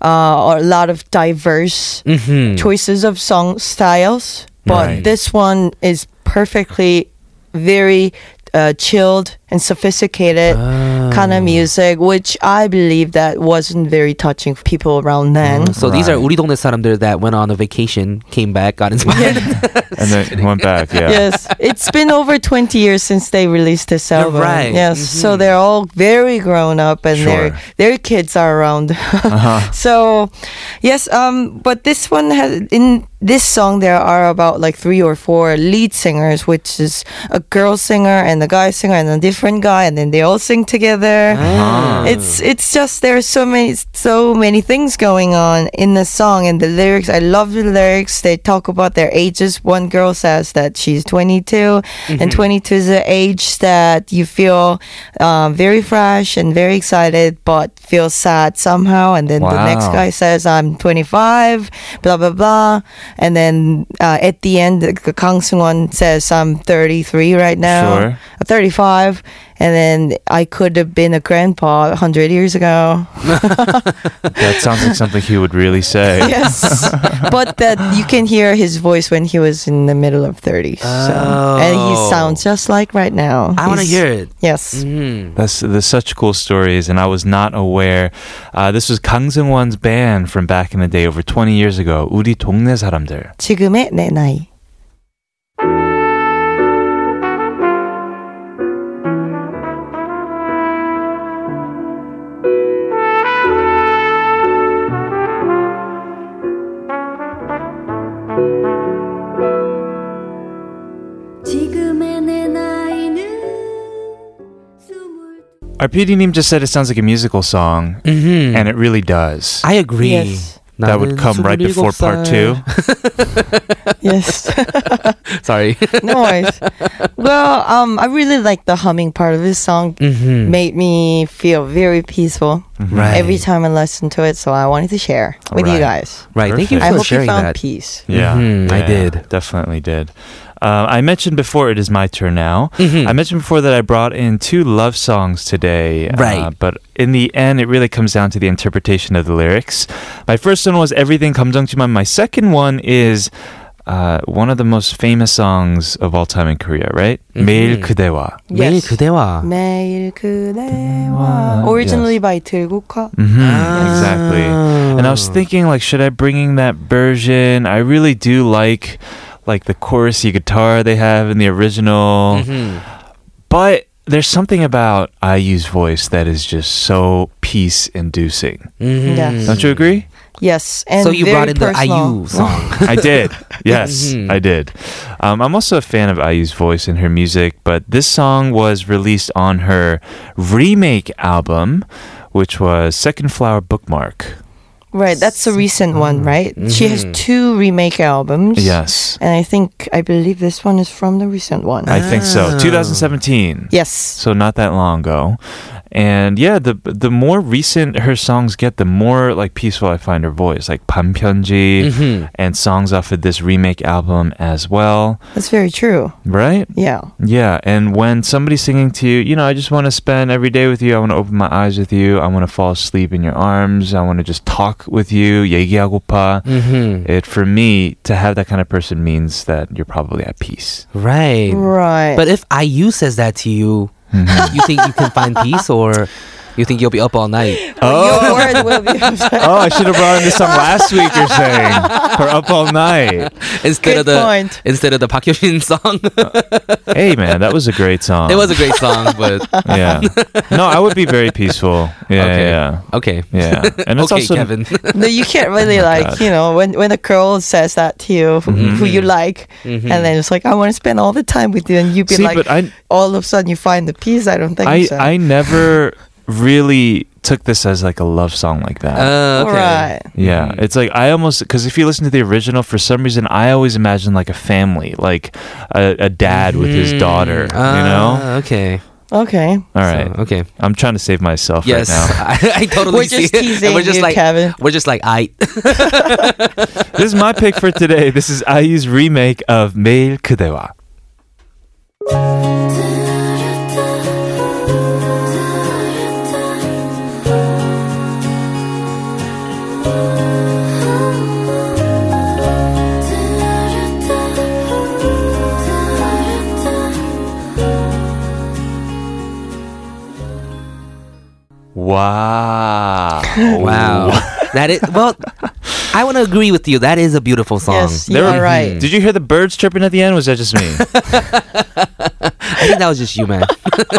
Speaker 5: uh, a lot of diverse
Speaker 2: Mm-hmm. Mm.
Speaker 5: choices of song styles, but
Speaker 1: Right.
Speaker 5: this one is perfectly very uh, chilled and sophisticated
Speaker 2: Ah.
Speaker 5: kind of music, which I believe that wasn't very touching for people around then.
Speaker 2: So these are 우리 동네 사람들 that went on a vacation, came back, got inspired.
Speaker 1: And then went back. Yeah.
Speaker 5: Yes, it's been over 20 years since they released this album.
Speaker 2: right.
Speaker 5: Yes, so they're all very grown up and
Speaker 1: Mm-hmm. Sure. Uh-huh.
Speaker 5: their their kids are around. So, yes, um but this one has in this song there are about like three or four lead singers which is a girl singer and a guy singer and a different guy and then they all sing together.
Speaker 1: Ah.
Speaker 5: It's it's just there's so many so many things going on in the song and the lyrics. I love the lyrics. They talk about their ages. One girl says that she's 22, and 22 is the age that you feel um, very fresh and very excited, but feel sad somehow. And then the next
Speaker 1: Wow.
Speaker 5: guy says, "I'm 25," blah blah blah. And then uh, at the end, the Kang Sung Won says, "I'm 33 right now."
Speaker 1: Sure.
Speaker 5: 35 and then i could have been a grandpa 100 years ago
Speaker 1: That sounds like something he would really say.
Speaker 5: yes but that you can hear his voice when he was in the middle of 30s so. and
Speaker 2: Oh.
Speaker 5: he sounds just like right now
Speaker 2: I want to
Speaker 5: He's-
Speaker 2: hear it. Mm. Mm-hmm.
Speaker 5: yes
Speaker 1: That's there's such cool stories, and I was not aware. Uh, this was Kang Seung Won's band from back in the day, over 20 years ago. 우리 동네 사람들.
Speaker 5: 지금의 내 나이
Speaker 7: 지금의 내 나이는 스물
Speaker 1: Our PD님 just said it sounds like a musical song,
Speaker 2: Mm-hmm.
Speaker 1: and it really does.
Speaker 2: I agree.
Speaker 5: Yes.
Speaker 1: that would come right before part two.
Speaker 5: yes
Speaker 2: Sorry.
Speaker 5: no worries well um i really like the humming part of this song
Speaker 2: mm-hmm.
Speaker 5: made me feel very peaceful
Speaker 2: Right.
Speaker 5: every time i listened to it so i wanted to share with you
Speaker 1: Right.
Speaker 5: guys
Speaker 2: Right. Thank
Speaker 1: Perfect.
Speaker 2: you for
Speaker 5: i hope you
Speaker 2: sharing
Speaker 5: found
Speaker 2: that.
Speaker 5: peace
Speaker 1: Yeah,
Speaker 2: Mhm, I
Speaker 1: yeah,
Speaker 2: did.
Speaker 1: Definitely did. Uh, I mentioned before it is my turn now.
Speaker 2: Mm-hmm.
Speaker 1: I mentioned before that I brought in two love songs today. uh,
Speaker 2: Right.
Speaker 1: but in the end, it really comes down to the interpretation of the lyrics. My first one was Everything 감정지만. My second one is uh, one of the most famous songs of all time in Korea, right?
Speaker 2: Mm-hmm.
Speaker 1: 매일 그대와.
Speaker 2: 매일
Speaker 5: Yes.
Speaker 2: 그대와.
Speaker 5: 매일 그대와 originally by
Speaker 2: Mm.
Speaker 5: 들국화
Speaker 1: Mhm, Exactly. And I was thinking, like, should I bring in that version? I really do like, like the chorusy guitar they have in the original.
Speaker 2: Mm-hmm.
Speaker 1: But there's something about IU's voice that is just so peace-inducing.
Speaker 2: Mhm.
Speaker 5: yes
Speaker 1: Don't you agree?
Speaker 5: yes and
Speaker 2: So you
Speaker 5: very
Speaker 2: brought in the IU
Speaker 5: personal.
Speaker 2: song.
Speaker 1: I did. Yes, I did. Um, I'm also a fan of IU's voice and her music, but this song was released on her remake album, which was Second Flower Bookmark.
Speaker 5: Right, that's a recent
Speaker 2: Mm.
Speaker 5: one, right? She has
Speaker 2: Mm-hmm.
Speaker 5: two remake albums.
Speaker 1: Yes.
Speaker 5: And I think I believe this one is from the recent one.
Speaker 1: I think so. 2017.
Speaker 5: yes.
Speaker 1: So not that long ago. And yeah, the the more recent her songs get, the more like peaceful I find her voice. Like
Speaker 2: Mm-hmm.
Speaker 1: 반편지 and songs off of this remake album as well,
Speaker 5: That's very true.
Speaker 1: right?
Speaker 5: Yeah.
Speaker 1: Yeah, and when somebody's singing to you, you know, I just want to spend every day with you. I want to open my eyes with you. I want to fall asleep in your arms. I want to just talk with you. 얘기하고파. It for me to have that kind of person means that you're probably at peace.
Speaker 2: Right.
Speaker 5: Right.
Speaker 2: But if IU says that to you, you think you can find peace or you think you'll be up all night?
Speaker 5: your word will be
Speaker 1: Oh, I should have brought in this song last week. You're saying for up all night.
Speaker 2: Instead of the
Speaker 5: Good point.
Speaker 2: instead of the Park Hyoshin song.
Speaker 1: Hey, man, that was a great song.
Speaker 2: it was a great song, but
Speaker 1: yeah. No, I would be very peaceful. Uh-huh. Yeah,
Speaker 2: okay.
Speaker 1: yeah,
Speaker 2: Okay.
Speaker 1: yeah. Yeah. And it's
Speaker 2: okay,
Speaker 1: also
Speaker 2: Kevin.
Speaker 5: no, you can't really like,
Speaker 1: God.
Speaker 5: you know, when when a girl says that to you, who,
Speaker 1: Mm-hmm.
Speaker 5: who you like, and then it's like, I want to spend all the time with you, and you be
Speaker 1: See,
Speaker 5: like,
Speaker 1: but I
Speaker 5: all of a sudden you find the peace. I don't think
Speaker 1: I,
Speaker 5: so.
Speaker 1: I never really took this as like a love song like that.
Speaker 2: Uh, okay.
Speaker 5: Right.
Speaker 1: yeah, it's like I almost because if you listen to the original, for some reason I always imagine like a family, like a, a dad with his daughter. you know.
Speaker 2: Hmm. Mm-hmm. Ah, Okay.
Speaker 5: Okay.
Speaker 1: All right,
Speaker 2: So, okay.
Speaker 1: I'm trying to save myself
Speaker 2: Yes,
Speaker 1: right now.
Speaker 2: I, I totally
Speaker 5: We're
Speaker 2: see
Speaker 5: just
Speaker 2: it.
Speaker 5: teasing
Speaker 2: we're just
Speaker 5: you,
Speaker 2: like
Speaker 5: Kevin.
Speaker 2: we're just like I.
Speaker 1: this is my pick for today. This is IU's remake of 매일 그대와. Wow.
Speaker 2: Wow. that is well. I want to agree with you. That is a beautiful song.
Speaker 5: Yes, you
Speaker 1: There
Speaker 5: are
Speaker 1: were-
Speaker 5: right.
Speaker 1: Did you hear the birds chirping at the end? Or was that just me?
Speaker 2: I think that was just you, man.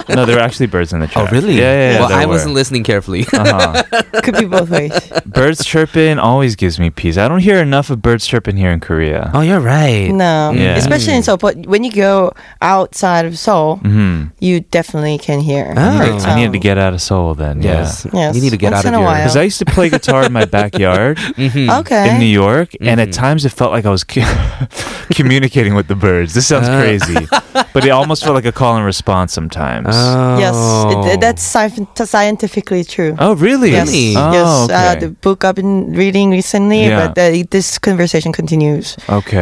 Speaker 1: no, there were actually birds in the track.
Speaker 2: Oh, really?
Speaker 1: Yeah, yeah. yeah
Speaker 2: well,
Speaker 1: there
Speaker 2: I
Speaker 1: were.
Speaker 2: wasn't listening carefully.
Speaker 1: Uh-huh.
Speaker 5: Could be both ways.
Speaker 1: birds chirping always gives me peace. I don't hear enough of birds chirping here in Korea.
Speaker 2: oh, you're right.
Speaker 5: No,
Speaker 1: Yeah.
Speaker 5: especially in Seoul. But when you go outside of Seoul,
Speaker 1: hmm
Speaker 5: you definitely can hear.
Speaker 2: Oh.
Speaker 1: I, need, I need to
Speaker 5: Um,
Speaker 1: get out of Seoul then.
Speaker 2: Yes.
Speaker 5: Yes.
Speaker 2: You need to get
Speaker 5: Once
Speaker 2: out of
Speaker 5: in a
Speaker 2: here.
Speaker 5: while.
Speaker 1: Because I used to play guitar in my backyard
Speaker 2: Mm-hmm.
Speaker 5: Okay.
Speaker 1: in New York, and at times it felt like I was cu- communicating with the birds. This sounds crazy, but it almost felt like a call and response sometimes.
Speaker 5: Yes,
Speaker 2: Oh.
Speaker 5: it, that's sci- scientifically true.
Speaker 1: oh, really?
Speaker 5: Yes,
Speaker 2: Really?
Speaker 1: Oh,
Speaker 5: yes. Uh,
Speaker 1: okay.
Speaker 5: the book I've been reading recently,
Speaker 1: Yeah.
Speaker 5: but uh, this conversation continues
Speaker 1: okay.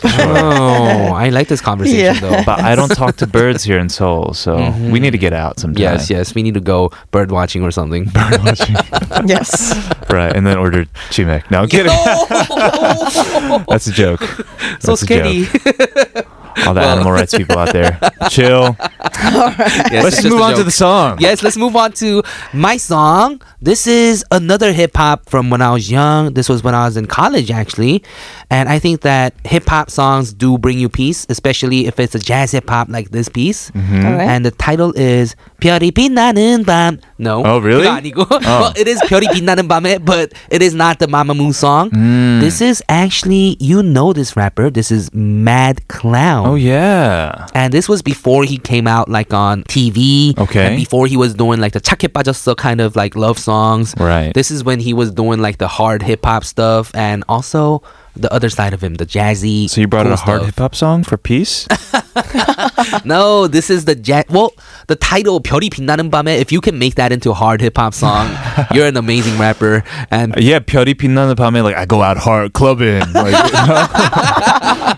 Speaker 2: oh, I like this conversation
Speaker 5: Yeah.
Speaker 2: though.
Speaker 1: but I don't talk to birds here in Seoul, so we need to get out sometime.
Speaker 2: yes, yes, we need to go bird watching or something.
Speaker 1: Mm-hmm.
Speaker 5: yes,
Speaker 1: Right, and then order chimek. No, I'm kidding. That's a joke.
Speaker 2: so
Speaker 1: That's a joke.
Speaker 2: scary.
Speaker 1: All the animal rights people out there, chill.
Speaker 2: Yes, it's
Speaker 1: Let's
Speaker 2: just
Speaker 1: move
Speaker 2: a
Speaker 1: on to
Speaker 2: joke.
Speaker 1: the song.
Speaker 2: Yes, let's move on to my song. This is another hip hop from when I was young. This was when I was in college, actually. And I think that hip hop songs do bring you peace, especially if it's a jazz hip hop like this piece.
Speaker 5: Alright.
Speaker 2: And the title is 별이 빛나는 밤. No.
Speaker 1: Oh, really?
Speaker 2: 그거 아니고. well, it is 별이 빛나는 밤에, but it is not the Mama Moo song.
Speaker 1: Mm.
Speaker 2: This is actually, you know this rapper. This is Mad Clown.
Speaker 1: Oh yeah.
Speaker 2: And this was before he came out like on TV.
Speaker 1: Okay.
Speaker 2: And before he was doing like the 착해 빠졌어 kind of like love songs.
Speaker 1: Right.
Speaker 2: This is when he was doing like the hard hip hop stuff and also the other side of him, the jazzy.
Speaker 1: So you brought
Speaker 2: cool
Speaker 1: out a hard
Speaker 2: stuff.
Speaker 1: hip hop song for peace?
Speaker 2: No, this is the jazz. Well, the title 별이 빛나는 밤에. If you can make that into a hard hip hop song, you're an amazing rapper. And
Speaker 1: yeah, 별이 빛나는 밤에 like I go out hard clubbing, like,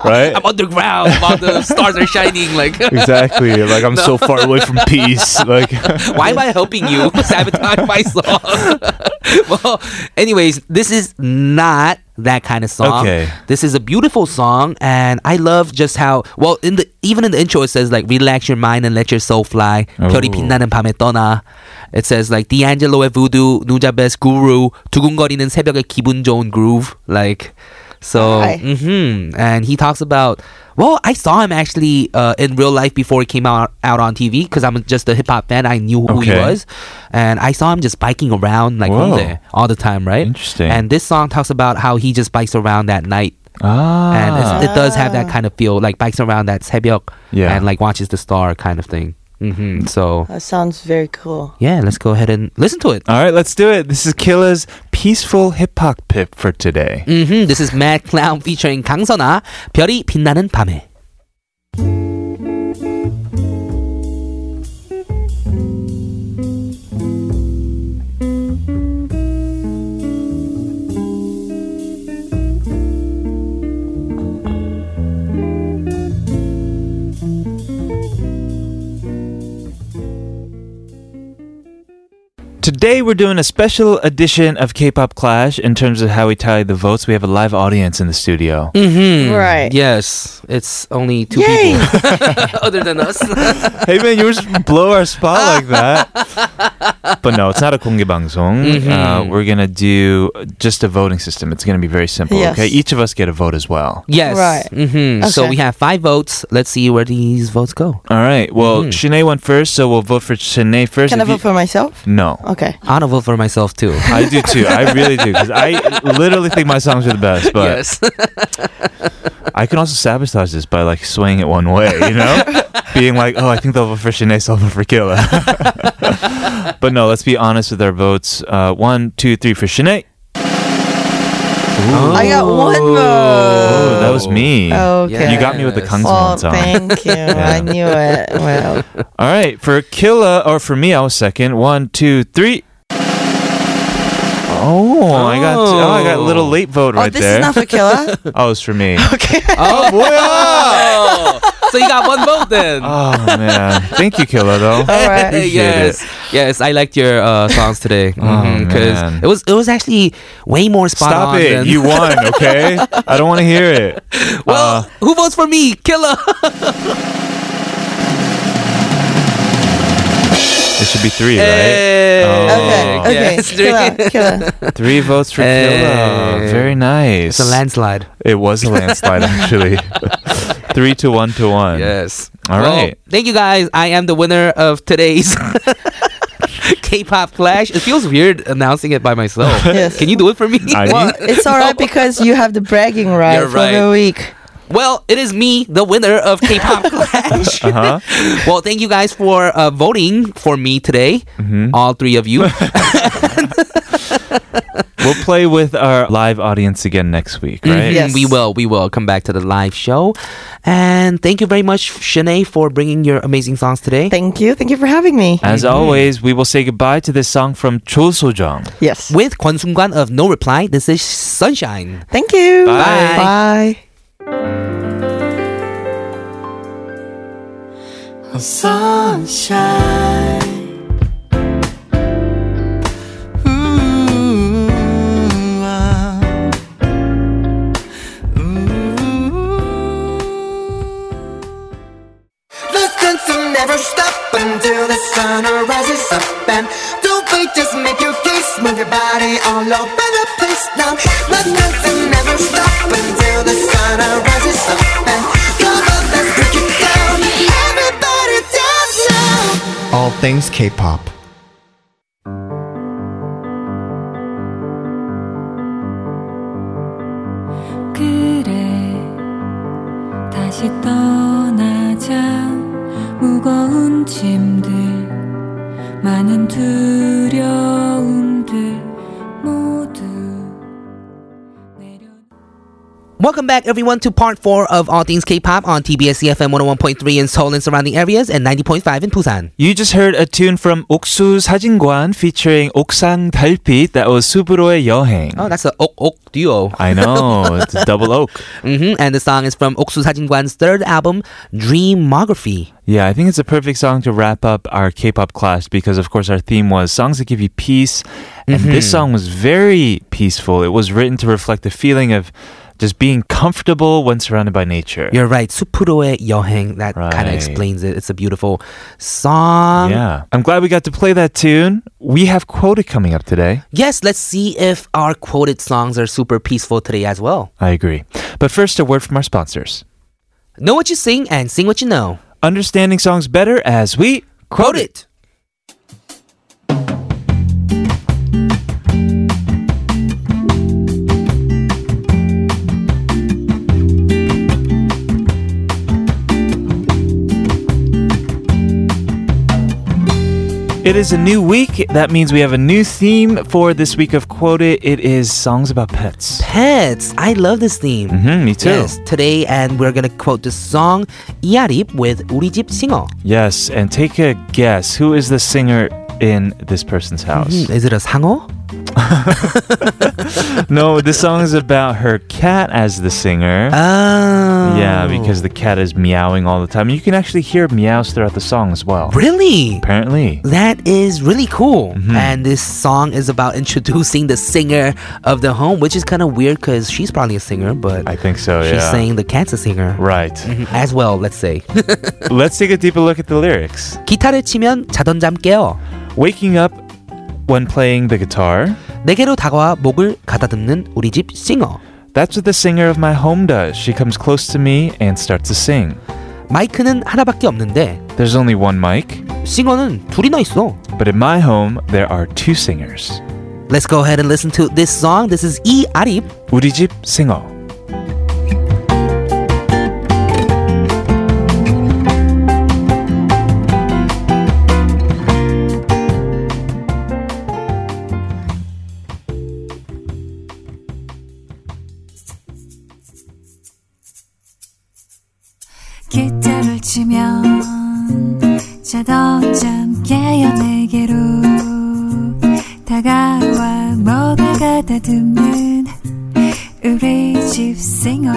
Speaker 1: right?
Speaker 2: I'm underground while the stars are shining. Like,
Speaker 1: Exactly. Like I'm so far away from peace. Like
Speaker 2: Why am I helping you sabotage my song? well, anyways, this is not that kind of song.
Speaker 1: Okay.
Speaker 2: This is a beautiful song and I love just how well in the even in the intro it says like relax your mind and let your soul fly. 별이 빛나는 밤에 떠나. It says like D'Angelo의 voodoo, 누자베스 guru, 두근거리는 새벽의 기분 좋은 groove like so
Speaker 5: Hi.
Speaker 2: hmm and he talks about well i saw him actually uh, in real life before he came out, out on tv because i'm just a hip-hop fan i knew who he
Speaker 1: Okay.
Speaker 2: was and i saw him just biking around like
Speaker 1: Whoa.
Speaker 2: Hongdae all the time right
Speaker 1: Interesting.
Speaker 2: and this song talks about how he just bikes around that night
Speaker 1: ah,
Speaker 2: and it's, it does have that kind of feel like bikes around that 새벽
Speaker 1: Yeah.
Speaker 2: and like watches the star kind of thing hmm so
Speaker 5: that Uh, sounds very cool.
Speaker 2: yeah let's go ahead and listen to it
Speaker 1: All right, let's do it. This is Killa's peaceful hip hop pip for today.
Speaker 2: hmm This is Mad Clown featuring 강선아, 별이 빛나는 밤에.
Speaker 1: Today we're doing a special edition of K-pop Clash in terms of how we tally the votes. We have a live audience in the studio.
Speaker 2: Mm-hmm.
Speaker 5: Right.
Speaker 2: Yes. It's only two
Speaker 5: Yay.
Speaker 2: people other than us.
Speaker 1: hey man, you were just blow our spot like that. but no, it's not a 공개 방송. Uh, we're gonna do just a voting system. It's gonna be very simple.
Speaker 5: Yes.
Speaker 1: Okay, each of us get a vote as well.
Speaker 2: yes.
Speaker 5: Right.
Speaker 2: hmm So
Speaker 5: Okay.
Speaker 2: we have five votes. Let's see where these votes go.
Speaker 1: All right. Well, Shanae went first, so we'll vote for Shanae first.
Speaker 5: Can I
Speaker 1: If you-
Speaker 5: vote for myself?
Speaker 1: No.
Speaker 5: Okay.
Speaker 2: I want to vote for myself too.
Speaker 1: I do too. I really do because I literally think my songs are the best. But
Speaker 2: yes.
Speaker 1: I can also sabotage this by like swaying it one way, you know, being like, "Oh, I think they'll vote for Shanae, so I'll vote for Killa." but no, let's be honest with our votes. Uh, one, two, three for Shanae.
Speaker 5: I got one
Speaker 1: Oh,
Speaker 5: vote.
Speaker 1: that was me.
Speaker 5: Okay.
Speaker 1: You got me with the
Speaker 2: Yes.
Speaker 1: Kang Song
Speaker 5: Well,
Speaker 1: song.
Speaker 5: thank you. I knew it. Well,
Speaker 1: All right, for Killa or for me, I was second. One, two, three. Oh, I got oh, I got a little late vote
Speaker 5: oh,
Speaker 1: right
Speaker 5: this
Speaker 1: there.
Speaker 5: is not for killer.
Speaker 1: oh, it's for me.
Speaker 5: Okay.
Speaker 2: Oh, boy. Oh, so you got one vote then.
Speaker 1: oh man, thank you, Killa though.
Speaker 5: All right.
Speaker 1: Appreciate it. Oh,
Speaker 2: yes, yes, I liked your uh, songs today because
Speaker 1: man.
Speaker 2: it was it was actually way more spot
Speaker 1: Stop
Speaker 2: on.
Speaker 1: it.
Speaker 2: than-
Speaker 1: You won, okay? I don't want to hear it. uh,
Speaker 2: well, who votes for me, killer?
Speaker 1: It should be three, right?
Speaker 2: Hey.
Speaker 5: Okay.
Speaker 1: Oh.
Speaker 5: Okay.
Speaker 2: Yes, drink.
Speaker 5: Killer. Killer.
Speaker 1: Three votes for
Speaker 2: Hey.
Speaker 1: Killa. Very nice.
Speaker 2: It's a landslide.
Speaker 1: it was a landslide, actually. three to one to one.
Speaker 2: Yes.
Speaker 1: All
Speaker 2: Well,
Speaker 1: right.
Speaker 2: Thank you guys. I am the winner of today's K-pop Clash. It feels weird announcing it by myself.
Speaker 5: Yes.
Speaker 2: Can you do it for me?
Speaker 1: I-
Speaker 5: Well, it's all right because you have the bragging right
Speaker 2: You're
Speaker 5: for
Speaker 2: right.
Speaker 5: the week.
Speaker 2: Well, it is me, the winner of K-pop Clash.
Speaker 1: Uh-huh.
Speaker 2: well, thank you guys for uh, voting for me today, all three of you.
Speaker 1: We'll play with our live audience again next week, right?
Speaker 5: Mhm. Yes.
Speaker 2: Mm-hmm. We will. We will come back to the live show. And thank you very much, Shanae, for bringing your amazing songs today.
Speaker 5: Thank you. Thank you for having me.
Speaker 1: As always, we will say goodbye to this song from Cho Sojong.
Speaker 5: Yes.
Speaker 2: With Kwon Sung Kwan of No Reply, this is Sunshine.
Speaker 5: Thank you.
Speaker 2: Bye.
Speaker 5: Bye.
Speaker 4: sunshine. Ooh, ah. Ooh. The sun will never stop until the sun rises up. And don't wait, just make your case. Move your body all over the place now. The sun will never stop until the sun rises up. And come on, let's break it down. Everybody dance now. All things K-pop.
Speaker 7: 그래 다시 떠나자 무거운 짐들 많은 두려움들 모두 내려
Speaker 2: Welcome back, everyone, to part four of All Things K-pop on TBS EFM 101.3 in Seoul and surrounding areas and 90.5 in Busan.
Speaker 1: You just heard a tune from Oksu Sajingwan featuring Oksang Dalpit. That was Suburo의 Yoheng.
Speaker 2: Oh, that's a Ok Ok duo.
Speaker 1: I know. It's a double oak.
Speaker 2: hmm And the song is from Oksu Sajingwan's third album, Dreamography.
Speaker 1: Yeah, I think it's a perfect song to wrap up our K-pop class because, of course, our theme was songs that give you peace, and this song was very peaceful. It was written to reflect the feeling of just being comfortable when surrounded by nature.
Speaker 2: You're right, Supuro의 Yoheng. That kind
Speaker 1: Right.
Speaker 2: of explains it. It's a beautiful song.
Speaker 1: yeah, Um, I'm glad we got to play that tune. We have quoted coming up today.
Speaker 2: Yes, let's see if our quoted songs are super peaceful today as well.
Speaker 1: I agree, but first, a word from our sponsors.
Speaker 2: Know what you sing and sing what you know.
Speaker 1: Understanding songs better as we
Speaker 2: Quote it.
Speaker 1: it. It is a new week. That means we have a new theme for this week of Quota. It is songs about pets.
Speaker 2: Pets. I love this theme.
Speaker 1: hmm me too.
Speaker 2: Yes, today, and we're gonna quote the song "Yarip" with 우리 집 싱어.
Speaker 1: Yes, and take a guess. Who is the singer in this person's house?
Speaker 2: Is it a 음, 상어?
Speaker 1: no, this song is about her cat as the singer.
Speaker 2: Oh.
Speaker 1: Yeah, because the cat is meowing all the time. You can actually hear meows throughout the song as well.
Speaker 2: really.
Speaker 1: Apparently.
Speaker 2: That is really cool.
Speaker 1: Mm-hmm.
Speaker 2: And this song is about introducing the singer of the home, which is kind of weird because she's probably a singer, but
Speaker 1: I think so,
Speaker 2: she's
Speaker 1: yeah.
Speaker 2: saying the cat's a singer.
Speaker 1: Right.
Speaker 2: As well, let's say.
Speaker 1: Let's take a deeper look at the lyrics.
Speaker 2: 기타를 치면 자던 잠 깨어.
Speaker 1: Waking up when playing the guitar,
Speaker 2: 내게로 다가와 목을 가다듬는 우리 집 싱어.
Speaker 1: that's what the singer of my home does. She comes close to me and starts to sing.
Speaker 2: 마이크는 하나밖에 없는데
Speaker 1: There's only one mic,
Speaker 2: 싱어는 둘이나 있어.
Speaker 1: but in my home, there are two singers.
Speaker 2: Let's go ahead and listen to this song. This is E 이 아립.
Speaker 1: 우리 집 싱어.
Speaker 7: 기타를 치면 자던 잠 깨어 내게로 다가와 뭐가 가다듬는 우리 집 싱어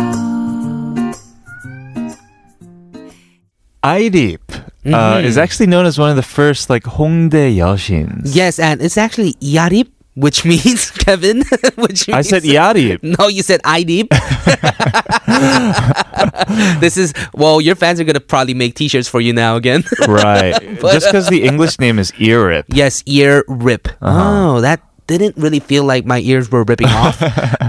Speaker 1: Irip uh,
Speaker 2: Mm-hmm.
Speaker 1: is actually known as one of the first like Hongdae Yoshins.
Speaker 2: Yes, and it's actually 이 아립, which means Kevin. which
Speaker 1: I
Speaker 2: means
Speaker 1: said Yarip.
Speaker 2: No, you said I deep. this is well, your fans are gonna probably make T-shirts for you now again.
Speaker 1: right.
Speaker 2: But-
Speaker 1: Just because the English name is Irip.
Speaker 2: yes, ear rip. Oh, that didn't really feel like my ears were ripping off,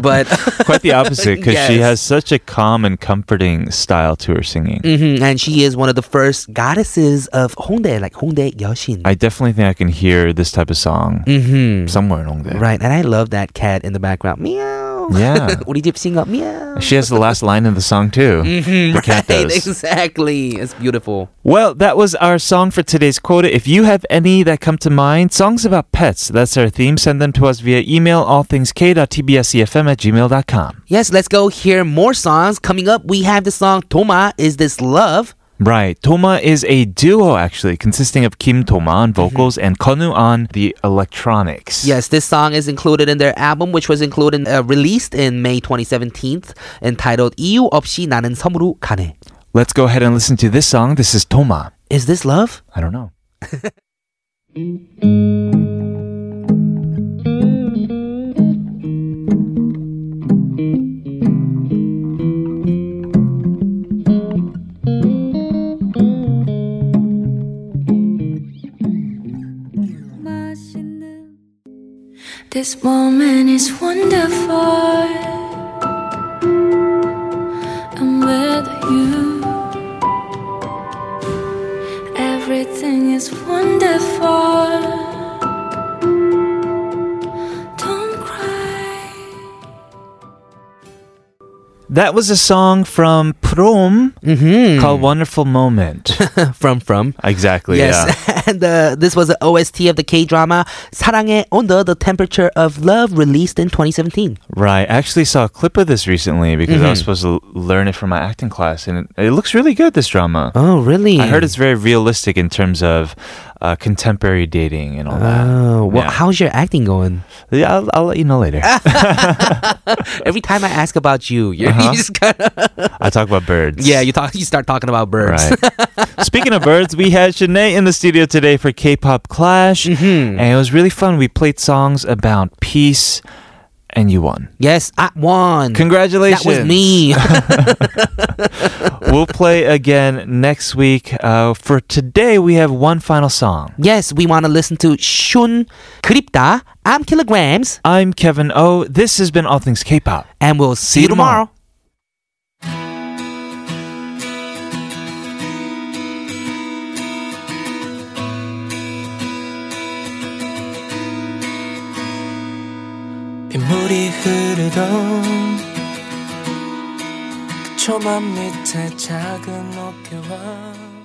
Speaker 2: but
Speaker 1: Quite the opposite because she
Speaker 2: Yes.
Speaker 1: has such a calm and comforting style to her singing.
Speaker 2: Mhm, and she is one of the first goddesses of Hongdae, like Hongdae Yoshin.
Speaker 1: I definitely think I can hear this type of song somewhere along there.
Speaker 2: Mm-hmm. right, and I love that cat in the background. Meow.
Speaker 1: Yeah.
Speaker 2: 우리 집 싱어 meow.
Speaker 1: She has the last line of the song too. The cat
Speaker 2: Mm-hmm. Right,
Speaker 1: does.
Speaker 2: exactly. It's beautiful.
Speaker 1: Well, that was our song for today's quota. If you have any that come to mind, songs about pets, that's our theme. Send them to us via email, allthingsk.tbscfm e at gmail.com.
Speaker 2: Yes, let's go hear more songs. Coming up, we have the song Toma Is This Love?
Speaker 1: Right. Toma is a duo, actually, consisting of Kim Toma on
Speaker 2: Mm-hmm.
Speaker 1: vocals and Konu on the electronics.
Speaker 2: Yes, this song is included in their album, which was included uh, released in May 2017, entitled "이유 없이 나는 섬으로 가네."
Speaker 1: Let's go ahead and listen to this song. This is Toma.
Speaker 2: Is this love?
Speaker 1: I don't know.
Speaker 7: 맛있는
Speaker 6: This moment is wonderful. I'm with you. Everything is wonderful. Don't cry.
Speaker 1: That was a song from Prom
Speaker 2: Mm-hmm.
Speaker 1: called Wonderful Moment.
Speaker 2: From from.
Speaker 1: exactly. Yeah.
Speaker 2: Yes, and uh, this was the OST of the K drama "사랑해 Under the Temperature of Love," released in 2017.
Speaker 1: Right. I actually saw a clip of this recently because
Speaker 2: Mm-hmm.
Speaker 1: I was supposed to learn it from my acting class, and it, it looks really good, this drama.
Speaker 2: Oh, really?
Speaker 1: I heard it's very realistic in terms of uh, contemporary dating and all that.
Speaker 2: Oh, well, Ah.
Speaker 1: Yeah.
Speaker 2: how's your acting going?
Speaker 1: Yeah, I'll, I'll let you know later.
Speaker 2: Every time I ask about you, you're,
Speaker 1: Uh-huh.
Speaker 2: you just kind of
Speaker 1: I talk about birds.
Speaker 2: yeah, you talk, you start talking about birds.
Speaker 1: Right. Speaking of birds, we had Shanae in the studio today for K-pop Clash,
Speaker 2: Mm-hmm.
Speaker 1: and it was really fun. We played songs about peace, and you won.
Speaker 2: Yes, I won.
Speaker 1: Congratulations!
Speaker 2: Mm. That was me.
Speaker 1: we'll play again next week. Uh, for today, we have one final song.
Speaker 2: Yes, we want to listen to Shun Kripta. I'm Kilograms,
Speaker 1: I'm Kevin O. This has been All Things K-pop.
Speaker 2: and we'll see, you tomorrow.
Speaker 8: 빗물이 흐르던 그 초반 밑에 작은 어깨와